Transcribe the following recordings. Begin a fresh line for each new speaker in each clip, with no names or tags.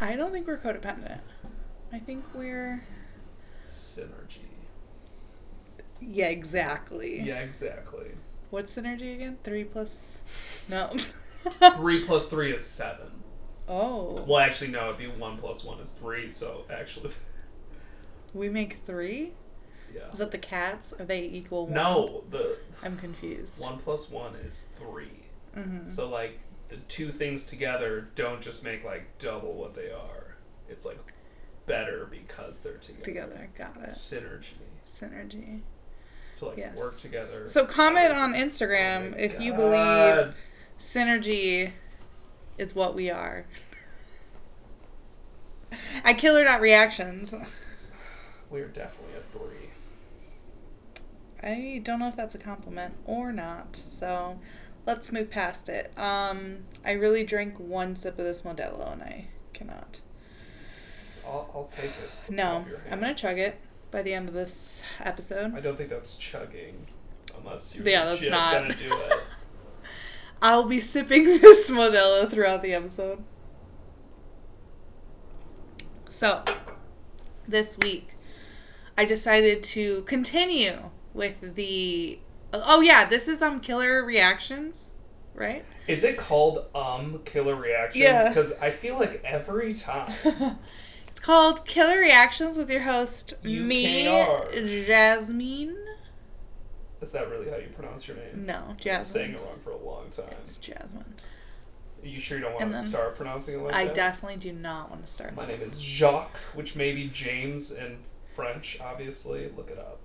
I don't think we're codependent. I think we're.
Synergy.
Yeah, exactly.
Yeah, exactly.
What's synergy again? Three plus. No.
three plus three is seven.
Oh.
Well, actually, no. It'd be one plus one is three. So actually,
We make three?
yeah.
Is that the cats? Are they equal one?
No, the
I'm confused.
one plus one is three.
Mm-hmm.
So like the two things together don't just make like double what they are. It's like better because they're together.
Together. Got it.
Synergy
Synergy.
to like
Yes.
work together.
So comment
Oh
on
my
Instagram if you believe
God.
synergy is what we are. I killer dot reactions.
we are definitely a three.
I don't know if that's a compliment or not, so let's move past it. Um, I really drank one sip of this Modelo and I cannot.
I'll, I'll take it.
No,
off your
I'm gonna
hands.
chug it by the end of this
I
episode.
don't think that's chugging, unless you're
Yeah, that's
legit
not.
gonna do it.
I'll be sipping this Modelo throughout the episode. So, this week, I decided to continue with the. Oh yeah, this is um killer reactions, right?
Is it called um killer reactions?
Yeah.
Because I feel like every time.
it's called Killer Reactions with your host me,
UKR.
Jasmine.
Is that really how you pronounce your name?
No,
I've been saying
Jasmine.
it wrong for a long time.
It's Jasmine.
Are you sure you don't
And
want to
then-
start pronouncing it like
I
that?
definitely do not want to start.
My name is Jacques, which may be James in French, obviously. Look it up.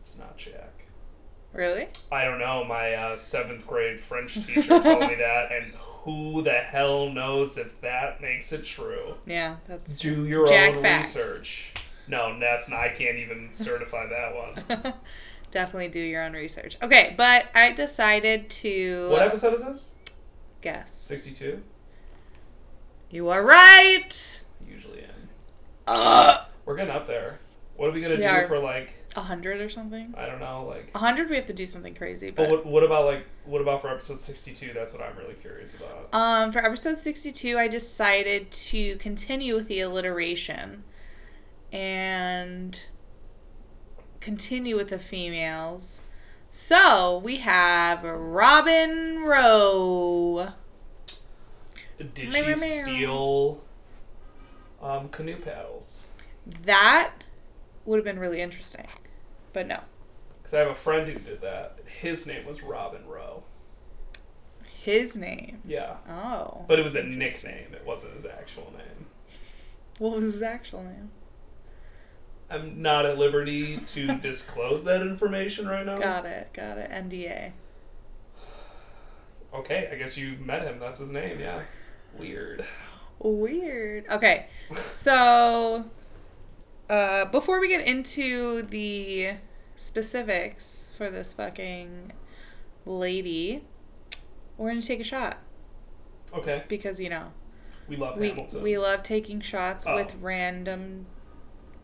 It's not Jack.
Really?
I don't know. My uh, seventh grade French teacher told me that, and who the hell knows if that makes it true?
Yeah, that's.
Do your
Jack
own
facts.
research. No, that's not. I can't even certify that one.
definitely do your own research. Okay, but I decided to
What episode is this?
guess.
62?
You are right.
Usually am.
A
We're getting up there. What are we gonna
We
do
are. Oh,
for like
hundred or something.
I don't know like
A hundred, we have to do something crazy.
But what, what about like what about for episode 62? That's what I'm really curious about.
Um, for episode 62, I decided to continue with the alliteration and continue with the females. So we have Robin Rowe. meow,
Did she
meow, meow.
steal um, canoe paddles?
That would have been really interesting, but no.
Because I have a friend who did that. His name was Robin Rowe.
His name.
Yeah,
Oh.
but it was a
Interesting.
nickname. It wasn't his actual name.
What was his actual name?
I'm not at liberty to disclose that information right now.
Got it. Got it. NDA.
Okay, I guess you met him. That's his name. Yeah. Weird.
Weird. Okay. So, uh, before we get into the specifics for this fucking lady, we're gonna take a shot
okay,
because you know
we love
we
Hamilton.
we love taking shots
Oh.
with random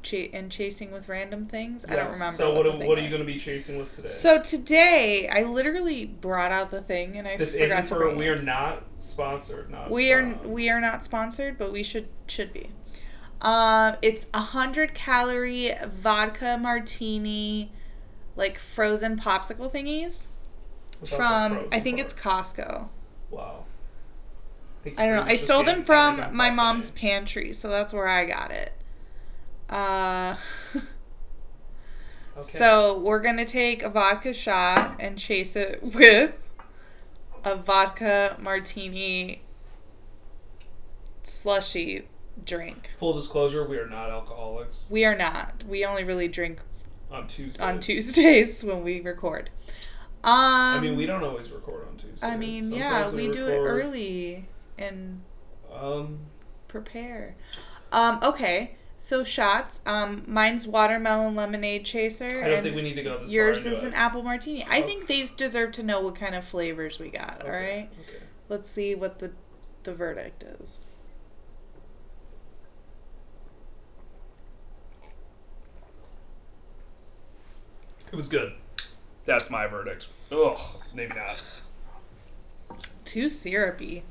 cha- and chasing with random things. I
Yes,
don't remember.
So
what,
what,
the
are-
thing
what are you
was.
going to be chasing with today?
So today I literally brought out the thing and I
this
forgot
isn't
to
for.
bring
We
it.
are not sponsored. Not
we are
spawned.
we are not sponsored, but we should should be. Um, it's a hundred calorie vodka martini, like frozen popsicle thingies
Without the
from
frozen
I think it's
part.
Costco.
Wow.
I don't know. I stole them from my mom's
pants.
pantry, so that's where I got it. Uh, so we're gonna take a vodka shot and chase it with a vodka martini slushy drink.
Full disclosure, we are not alcoholics
We are not. We only really drink
on Tuesdays.
on Tuesdays when we record. Um,
I mean, we don't always record on Tuesdays.
I mean, yeah,
Sometimes
we, do it
record,
early and
Um,
prepare. Um, okay, so shots. Um, mine's watermelon lemonade chaser.
I don't think we need to go this
Yours
far.
is
into
an
it.
apple martini. I
Okay.
think they deserve to know what kind of flavors we got.
Okay,
All right,
Okay.
let's see what the the verdict is.
It was good. That's my verdict. Ugh, maybe not.
Too syrupy.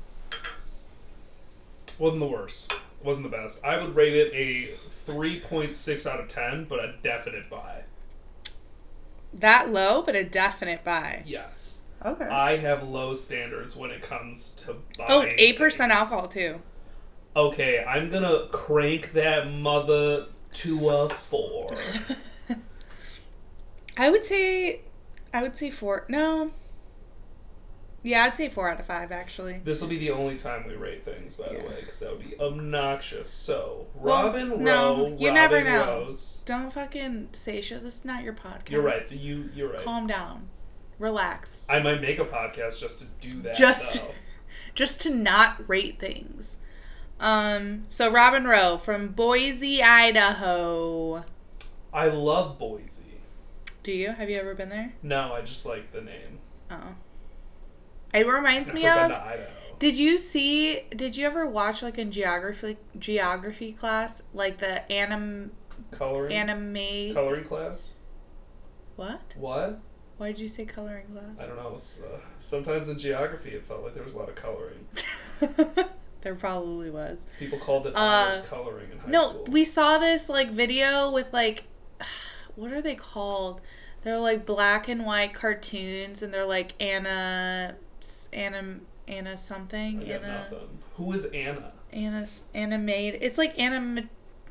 Wasn't the worst. wasn't the best. I would rate it a 3.6 out of 10, but a definite buy.
That low, but a definite buy.
Yes.
Okay.
I have low standards when it comes to buying.
oh, it's eight percent
things.
alcohol too.
Okay, I'm gonna crank that mother to a four.
I would say, I would say four. No. Yeah, I'd say four out of five actually.
This will be the only time we rate things, by the
Yeah.
way, because that would be obnoxious. So,
Well,
Robin
no,
Rowe,
you
Robin
never know.
Rose.
Don't fucking say shit. This is not your podcast.
You're right. You you're right.
Calm down. Relax.
I might make a podcast just to do that.
Just-
though.
Just to not rate things. Um. So Robin Rowe from Boise, Idaho.
I love Boise.
Do you? Have you ever been there?
No, I just like the name.
Oh. It reminds
I've
me
never
of.
been to Idaho.
Did you see? Did you ever watch like in geography geography class like the anim
Coloring.
anime?
Coloring class.
What?
What?
Why did you say coloring
I
class?
don't know. It's, uh, sometimes in geography, it felt like there was a lot of coloring.
there probably was.
People called it
Uh,
honors coloring in high
no,
school.
we saw this like video with like, what are they called? They're like black and white cartoons, and they're like Anna, Anna, Anna
I
something,
got
Anna,
nothing. Who is Anna?
Anna, animate. It's like anima.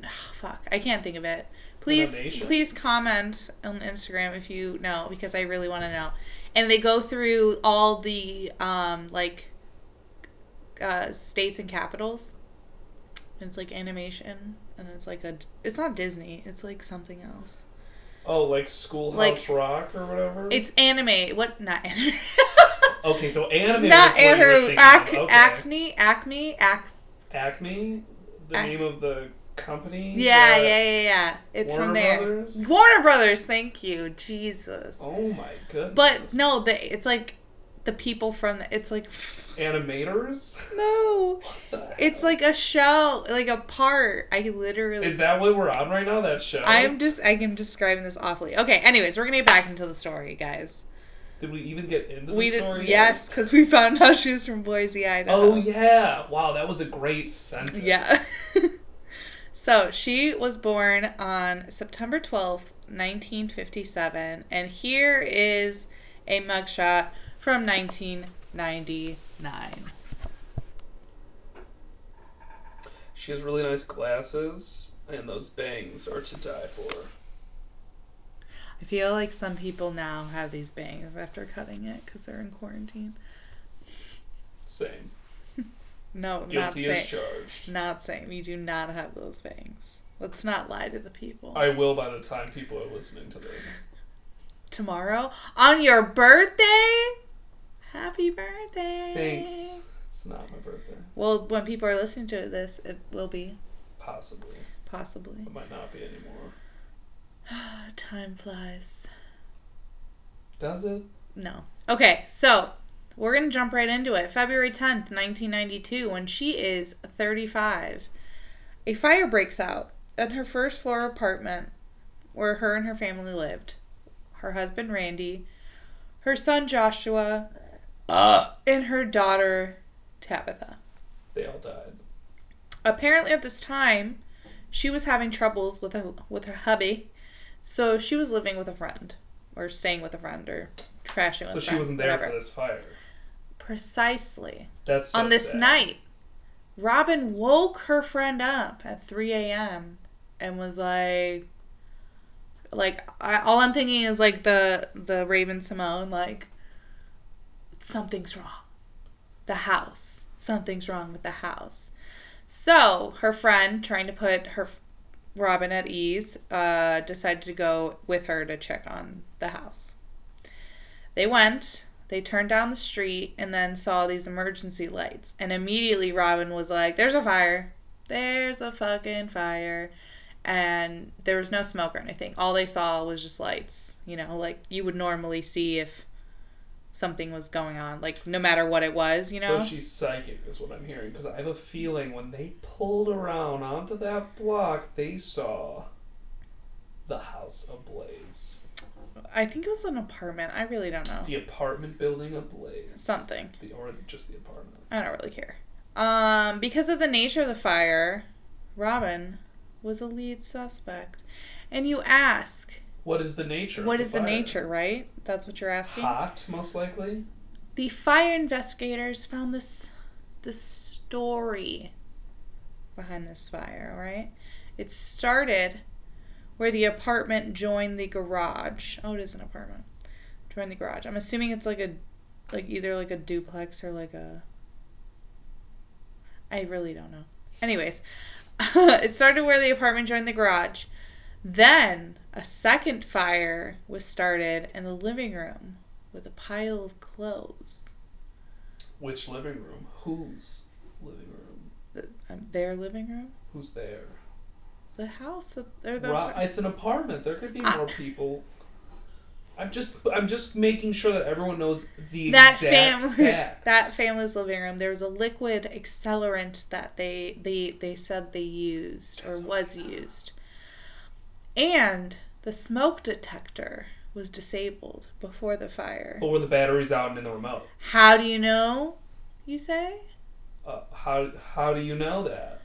ah, fuck, I can't think of it. Please,
Animation?
please comment on Instagram if you know because I really want to know. And they go through all the um like uh, states and capitals. And it's like animation, and it's like a. It's not Disney. It's like something else.
Oh, like Schoolhouse
Like-
Rock or whatever.
It's anime. What? Not anime.
okay, so anime.
not
was what you were
anime.
thinking of.
Ac-
Okay.
Acne. Acme. Ac-
Acme, the
Ac-
name of the company.
Yeah,
that-
yeah, yeah, yeah. It's
Warner
from there.
Brothers?
Warner Brothers. Thank you, Jesus.
Oh my goodness.
But no, the, it's like the people from the, it's like
Animators.
no.
What the hell?
It's like a show, like a part. I literally.
Is that what we're on right now? That show.
I'm just. I am describing this awfully. Okay. Anyways, we're gonna get back into the story, guys.
Did we even get into
we
the
did.
story? yet?
Yes, because we found out she was from Boise, Idaho.
Oh yeah! Wow, that was a great sentence.
Yeah. so she was born on September 12th, 1957, and here is a mugshot from 1999.
She has really nice glasses, and those bangs are to die for.
I feel like some people now have these bangs after cutting it because they're in quarantine.
Same.
No, not
Guilty as
saying.
charged.
Not saying you do not have those bangs. Let's not lie to the people.
I will by the time people are listening to this.
Tomorrow on your birthday. Happy birthday.
Thanks. It's not my birthday.
Well, when people are listening to this, it will be
Possibly.
possibly.
It might not be anymore.
Time flies.
Does it?
No. Okay, so we're going to jump right into it. February 10th, 1992, when she is 35, a fire breaks out in her first floor apartment where her and her family lived. Her husband, Randy, her son, Joshua, and her daughter, Tabitha.
They all died.
apparently at this time she was having troubles with her with her hubby so she was living with a friend or staying with a friend or crashing with
So
a
she
friend,
wasn't there for
whatever.
this fire.
precisely
That's so
on this
sad.
night robin woke her friend up at 3 a.m and was like like I, all i'm thinking is like the the raven simone like something's wrong the house something's wrong with the house so her friend trying to put her robin at ease uh, decided to go with her to check on the house they went they turned down the street and then saw these emergency lights. And immediately Robin was like, There's a fire. There's a fucking fire. And there was no smoke or anything. All they saw was just lights, you know, like you would normally see if something was going on, like no matter what it was, you know?
So she's psychic, is what I'm hearing. Because I have a feeling when they pulled around onto that block, they saw the house ablaze,
I think it was an apartment. I really don't know.
the apartment building ablaze,
Oh. Something.
the, or just the apartment.
I don't really care. Um, because of the nature of the fire, Robin was a lead suspect. And you ask,
What is the nature?
what
of
is the
fire?
nature, right? That's what you're asking.
Hot, most likely.
The fire investigators found this the story behind this fire, right? It started where the apartment joined the garage. Oh, it is an apartment. Joined the garage. I'm assuming it's like a like either like a duplex or like a I really don't know. Anyways, it started where the apartment joined the garage. Then a second fire was started in the living room with a pile of clothes.
Which living room? Whose living room?
The- um, Their living room?
Who's there?
The house? that- Or the
Ro- it's an apartment. There could be
I-
more people. I'm just I'm just making sure that everyone knows the
that
exact
family
facts.
that family's living room there was a liquid accelerant that they they they said they used or
That's what
was
I know.
used and the smoke detector was disabled before the fire
But were the batteries out and in the remote?
how do you know you say
Uh, how how do you know that?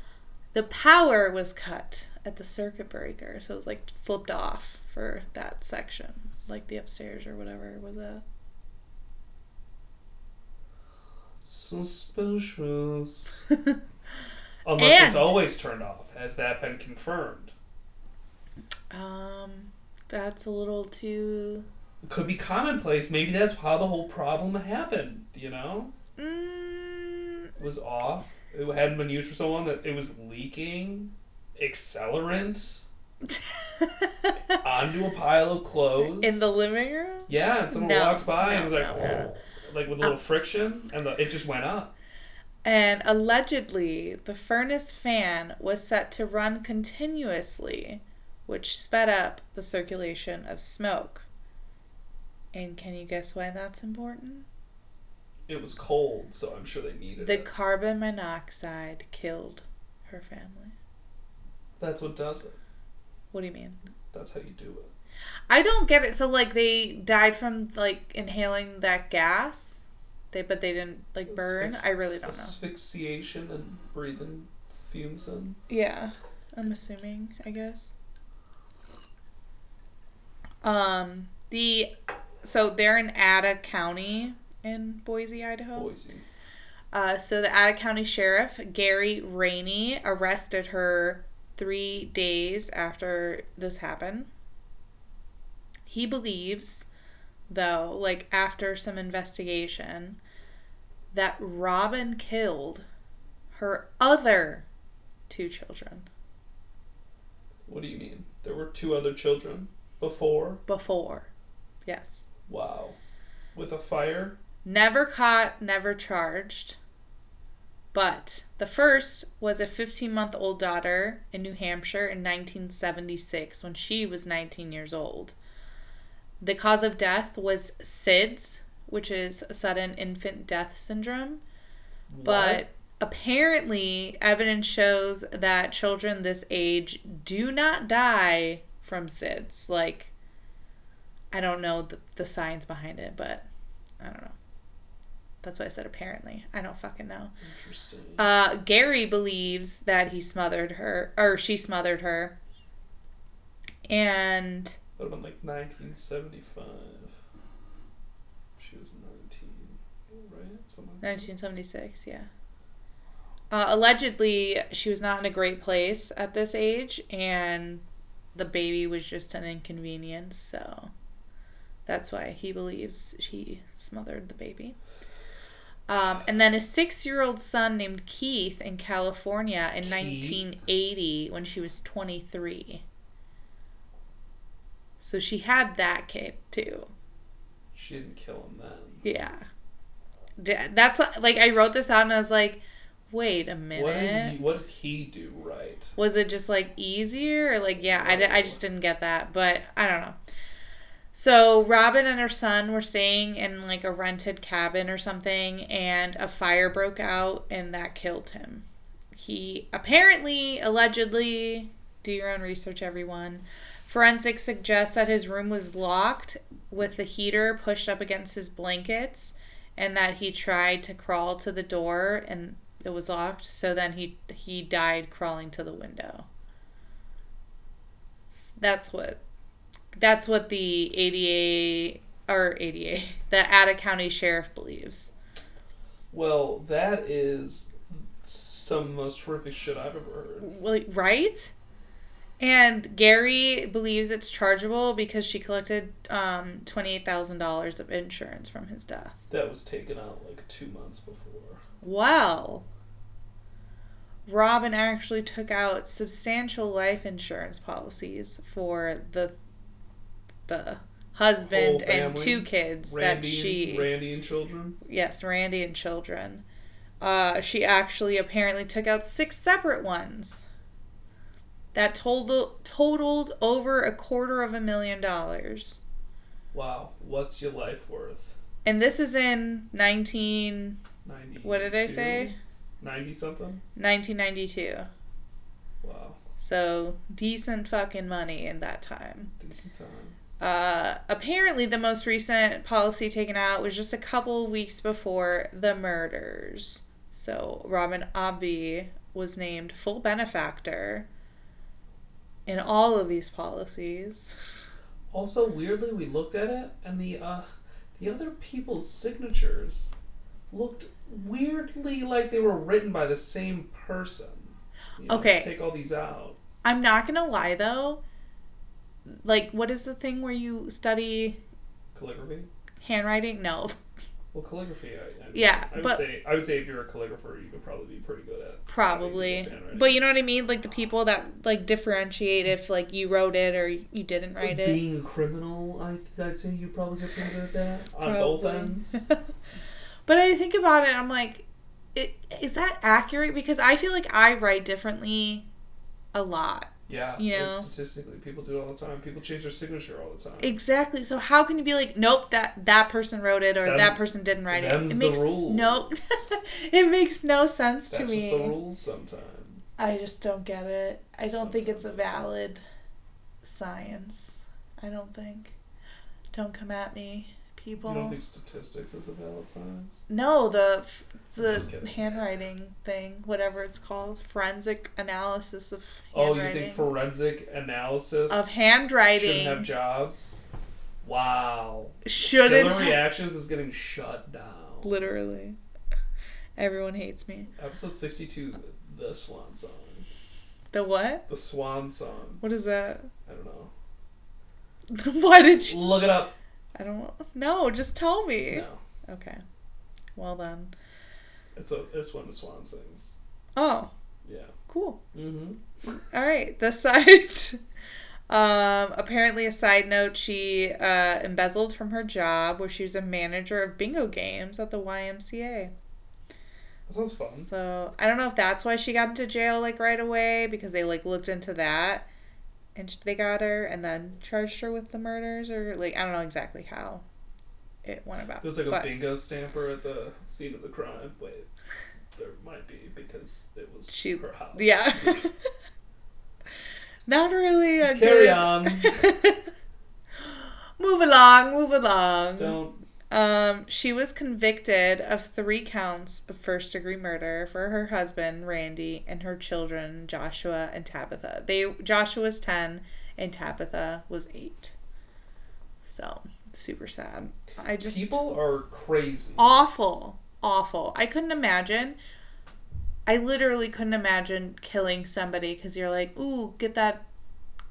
the power was cut at the circuit breaker so it was like flipped off for that section like the upstairs or whatever was a
Suspicious. Unless
And-
it's always turned off. Has that been confirmed?
um that's a little too
It could be commonplace. Maybe that's how the whole problem happened. You know,
Mm,
it was off. It hadn't been used for so long that it was leaking accelerant onto a pile of clothes.
in the living room.
Yeah, and someone
No,
walked by and
no, Um,
was like,
no, no.
like with a little friction, and the, it just went up.
And allegedly, the furnace fan was set to run continuously, which sped up the circulation of smoke. And can you guess why that's important?
It was cold, so I'm sure they needed
The
it.
carbon monoxide killed her family.
That's what does it.
What do you mean?
That's how you do it.
I don't get it. So like they died from like inhaling that gas, they but they didn't like burn. I really don't know.
Asphyxiation and breathing fumes in.
Yeah, I'm assuming, I guess. Um, the so they're in Ada County in Boise, Idaho.
Boise.
Uh, so the Ada County Sheriff Gary Rainey arrested her three days after this happened. He believes, though, like after some investigation, that Robin killed her other two children.
What do you mean? There were two other children before.
before. Yes.
Wow. With a fire.
Never caught, never charged. But the first was a 15 month old daughter in New Hampshire in 1976 when she was 19 years old. The cause of death was SIDS, which is sudden infant death syndrome. But
What?
apparently, evidence shows that children this age do not die from SIDS. Like, I don't know the, the science behind it, but I don't know. That's why I said apparently. I don't fucking know.
Interesting.
Uh, Gary believes that he smothered her, or she smothered her. And
That would have been like 1975. She was 19, right? Something like that.
1976, yeah. Uh, allegedly, she was not in a great place at this age, and the baby was just an inconvenience, so that's why he believes she smothered the baby. Um, and then a six year old son named Keith in California in
Keith?
1980 when she was 23. So she had that kid too.
She didn't kill him then.
Yeah. D- That's like I wrote this out and I was like, wait a minute.
What did, he, what did he do right?
Was it just like easier? Or like, yeah, I, di- I just didn't get that, but I don't know. So Robin and her son were staying in like a rented cabin or something, and a fire broke out and that killed him. He apparently, allegedly, do your own research, everyone. Forensics suggests that his room was locked with the heater pushed up against his blankets and that he tried to crawl to the door and it was locked. So then he he died crawling to the window. S- That's what that's what the ADA or ADA the Ada County Sheriff believes.
Well, that is some of the most horrific shit I've ever heard.
Like, right? And Gary believes it's chargeable because she collected um, $28,000 of insurance from his death.
That was taken out like two months before.
Well, Robin actually took out substantial life insurance policies for the the husband
Whole
and
family?
two kids
Randy,
that she
Randy and children.
yes Randy and children. Uh, she actually apparently took out six separate ones that total totaled over a quarter of a million dollars.
Wow, what's your life worth?
And this is in 19
Ninety.
what did I say?
Ninety something.
1992.
Wow,
So decent fucking money in that time.
decent time.
Uh, apparently, the most recent policy taken out was just a couple of weeks before the murders. So Robin Obby was named full benefactor in all of these policies.
Also, weirdly, we looked at it, and the uh, the other people's signatures looked weirdly like they were written by the same person. You know,
Okay.
Take all these out.
I'm not gonna lie though. Like, what is the thing where you study
Calligraphy.
handwriting? No,
Well, calligraphy. I, I
Yeah,
I would
but-
say I would say if you're a calligrapher, you could probably be pretty good at.
probably. But you know what I mean? Like the people that like differentiate if like you wrote it or you didn't write it.
Being a criminal, I th- I'd say you probably get pretty good at that on both
Probably.
ends.
but I think about it, I'm like, it, is that accurate? Because I feel like I write differently a lot.
Yeah,
You
like,
know.
statistically, people do it all the time. People change their signature all the time.
Exactly. So how can you be like, nope, that that person wrote it or
Them-
that person didn't write
them's
it? It
the
makes
rules.
no, it makes no sense
That's
to me.
just the rules sometimes.
I just don't get it. I don't think it's a
Sometimes.
valid science. I don't think. Don't come at me, people.
You don't think statistics is a valid science?
No, the f- the
Just kidding.
handwriting thing, whatever it's called, forensic analysis of
Oh, you
handwriting.
think forensic analysis
of
shouldn't
handwriting
have jobs? Wow.
shouldn't
Killer
ha-
Reactions is getting shut down.
literally. Everyone hates me.
Episode 62, the swan song.
The what?
The swan song.
What is that?
I don't know.
Why did you?
Look it up.
I don't know. Just tell me.
No.
Okay. Well then.
It's a it's one of the swan sings.
Oh,
Yeah.
cool.
Mm-hmm.
All right, the side. Um, apparently, a side note, she uh, embezzled from her job where she was a manager of bingo games at the YMCA.
That sounds fun.
So I don't know if that's why she got into jail like right away because they like looked into that and sh- they got her and then charged her with the murders or like I don't know exactly how it went about.
There's like a
but-
bingo stamper at the scene of the crime. Wait, there might be because it was
She-
her house.
Yeah. Not really a
Carry
good-
on.
move along, move along.
Just don't
Um, she was convicted of three counts of first degree murder for her husband, Randy, and her children, Joshua and Tabitha. They Joshua was ten and Tabitha was eight. So super sad. I just
People are crazy.
awful. Awful. I couldn't imagine. I literally couldn't imagine killing somebody because you're like, ooh, get that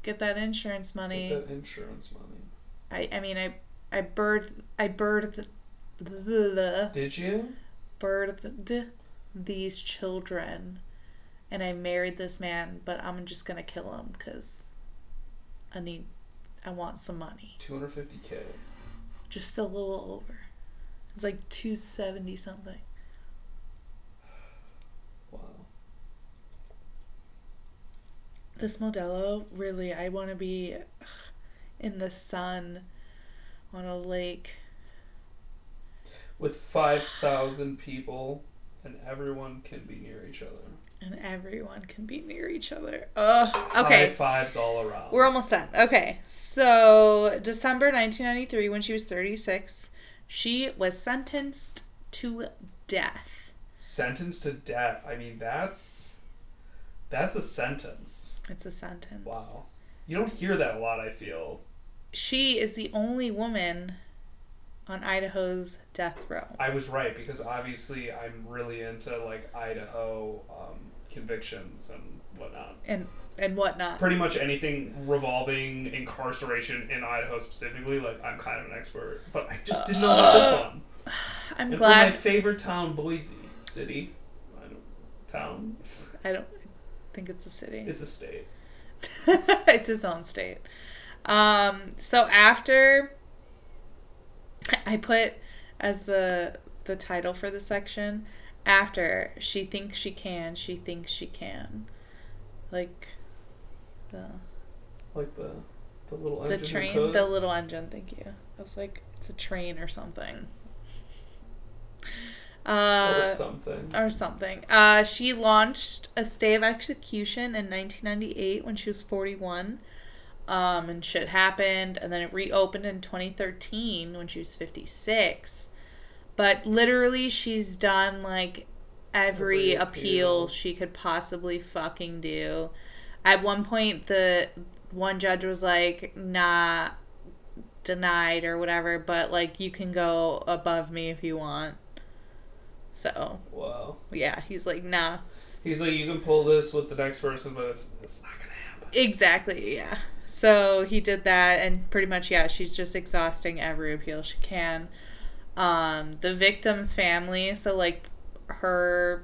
get that insurance money.
Get that insurance money.
I, I mean I I birth I birthed the
Did you?
birthed these children and I married this man but I'm just gonna kill him because I need I want some money
250k.
just a little over it's like 270 something
Wow.
this Modelo really I want to be in the sun on a lake
With 5,000 people, and everyone can be near each other.
and everyone can be near each other Ugh. okay
High fives all around.
We're almost done. Okay. So, December 1993, when she was 36, she was sentenced to death
Sentenced to death. I mean, that's that's a sentence.
It's a sentence.
Wow. You don't hear that a lot. I feel.
She is the only woman on Idaho's death row.
I was right because obviously I'm really into like Idaho um, convictions and whatnot.
And and whatnot.
Pretty much anything revolving incarceration in Idaho specifically, like I'm kind of an expert, but I just didn't know about this one.
Uh, I'm
And
glad.
from my favorite town, Boise City, I don't, town.
I don't think it's a city.
It's a state.
it's his own state. Um, so after I put as the the title for the section, after she thinks she can, she thinks she can, like the
Like the the little
the
engine that
train,
could.
the little engine. Thank you. I was like, it's a train or something. Uh,
or something.
or something. Uh, she launched a stay of execution in 1998 when she was 41. Um, and shit happened, and then it reopened in 2013 when she was 56. But literally, she's done like every,
Every
appeal
appeal.
she could possibly fucking do. At one point, the one judge was like, "Nah, denied or whatever," but like you can go above me if you want. So
Wow.
yeah, he's like, nah.
He's like, you can pull this with the next person, but it's it's not gonna happen.
Exactly, yeah. So he did that, and pretty much, yeah, she's just exhausting every appeal she can. Um, the victim's family, so like her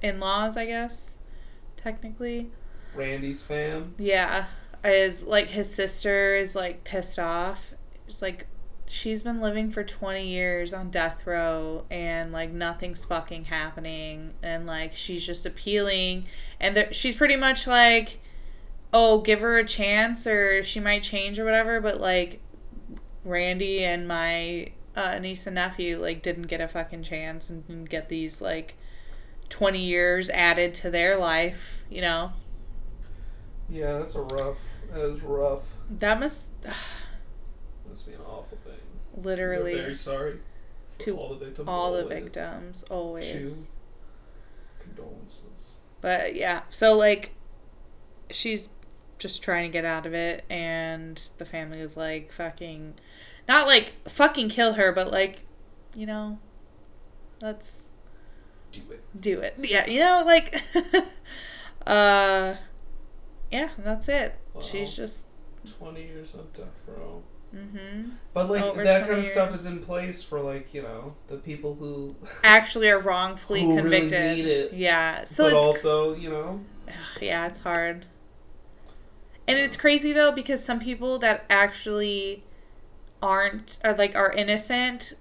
in laws, I guess, technically.
Randy's fam.
Yeah, is like his sister is like pissed off. It's like she's been living for 20 years on death row and like nothing's fucking happening and like she's just appealing and there- she's pretty much like oh give her a chance or she might change or whatever but like Randy and my uh, niece and nephew like didn't get a fucking chance and didn't get these like 20 years added to their life, you know.
Yeah, that's a rough. That is rough.
That must
That's be an awful thing.
literally
We're very sorry for
to
all the victims.
all the
always.
victims always.
Two condolences.
But yeah, so like she's just trying to get out of it and the family was like fucking not like fucking kill her, but like, you know, let's
Do it.
do it. Yeah, you know, like uh yeah, that's it. She's
Wow.
just
Twenty years on death row.
mhm.
But like
Over
that kind
20
of stuff
years.
is in place for like you know the people who
Actually are wrongfully
Who really
convicted.
need it.
Yeah. So
but
it's
also you know
Ugh, yeah, it's hard. And
Yeah.
it's crazy though because some people that actually aren't or like are innocent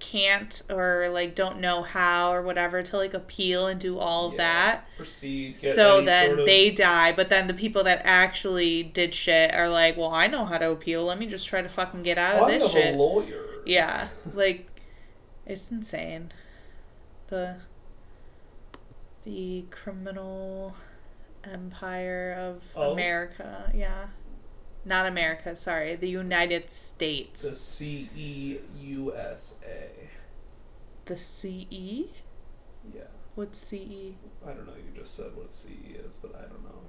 can't or like don't know how or whatever to like appeal and do all of
yeah,
that.
proceed. Get
So
any
then
sort of,
they die, but then the people that actually did shit are like, "Well, I know how to appeal. Let me just try to fucking get out of
I
this
have
shit."
a lawyer.
Yeah, like it's insane. The the criminal empire of
Oh.
America. Yeah. Not America, sorry. The United States.
The C E U S A.
The CE?
Yeah,
What's E? CE?
I don't know. You just said what C E is, but I don't know.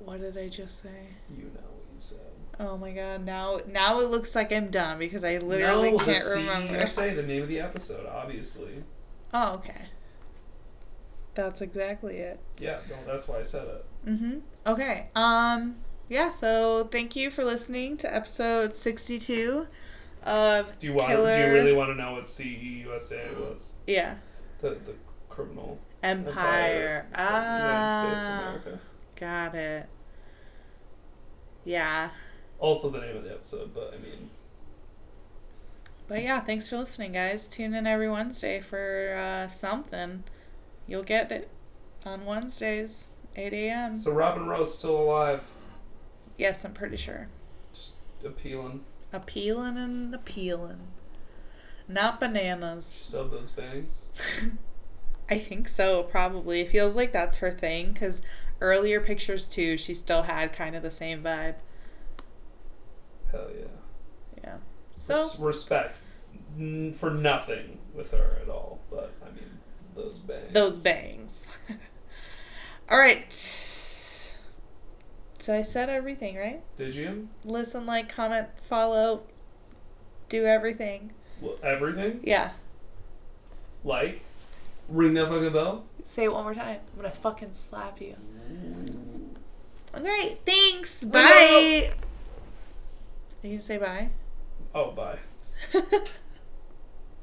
What did I just say?
You know what you said.
Oh my god, now now it looks like I'm done because I literally
no,
can't
the E
remember.
CESA, the name of the episode, obviously.
Oh, okay. That's exactly it.
Yeah, no, that's why I said it.
Mm-hmm. Okay. Um. Yeah. So thank you for listening to episode sixty-two of
Do you want?
Killer.
Do you really want to know what E CEUSA was?
Yeah.
The the criminal
Empire.
of the United States of
Ah.
America.
Got it. Yeah.
Also the name of the episode, but I mean,
But yeah, thanks for listening, guys. Tune in every Wednesday for uh, something. You'll get it on Wednesdays, 8 a.m.
so Robin Rose still alive,
yes, I'm pretty sure.
just appealing.
Appealing and appealing. Not bananas.
She stubbed those bangs.
I think so, probably. It feels like that's her thing because earlier pictures, too, she still had kind of the same vibe.
Hell yeah.
Yeah. So,
Res- respect. n- for nothing with her at all. But I mean, those bangs.
Those bangs. All right. So I said everything, right?
Did you?
Listen, like, comment, follow, do everything.
Well, everything?
Yeah.
Like? Ring that fucking bell?
Say it one more time. I'm gonna fucking slap you. All right. Thanks. Bye. Are you gonna say bye?
Oh, bye.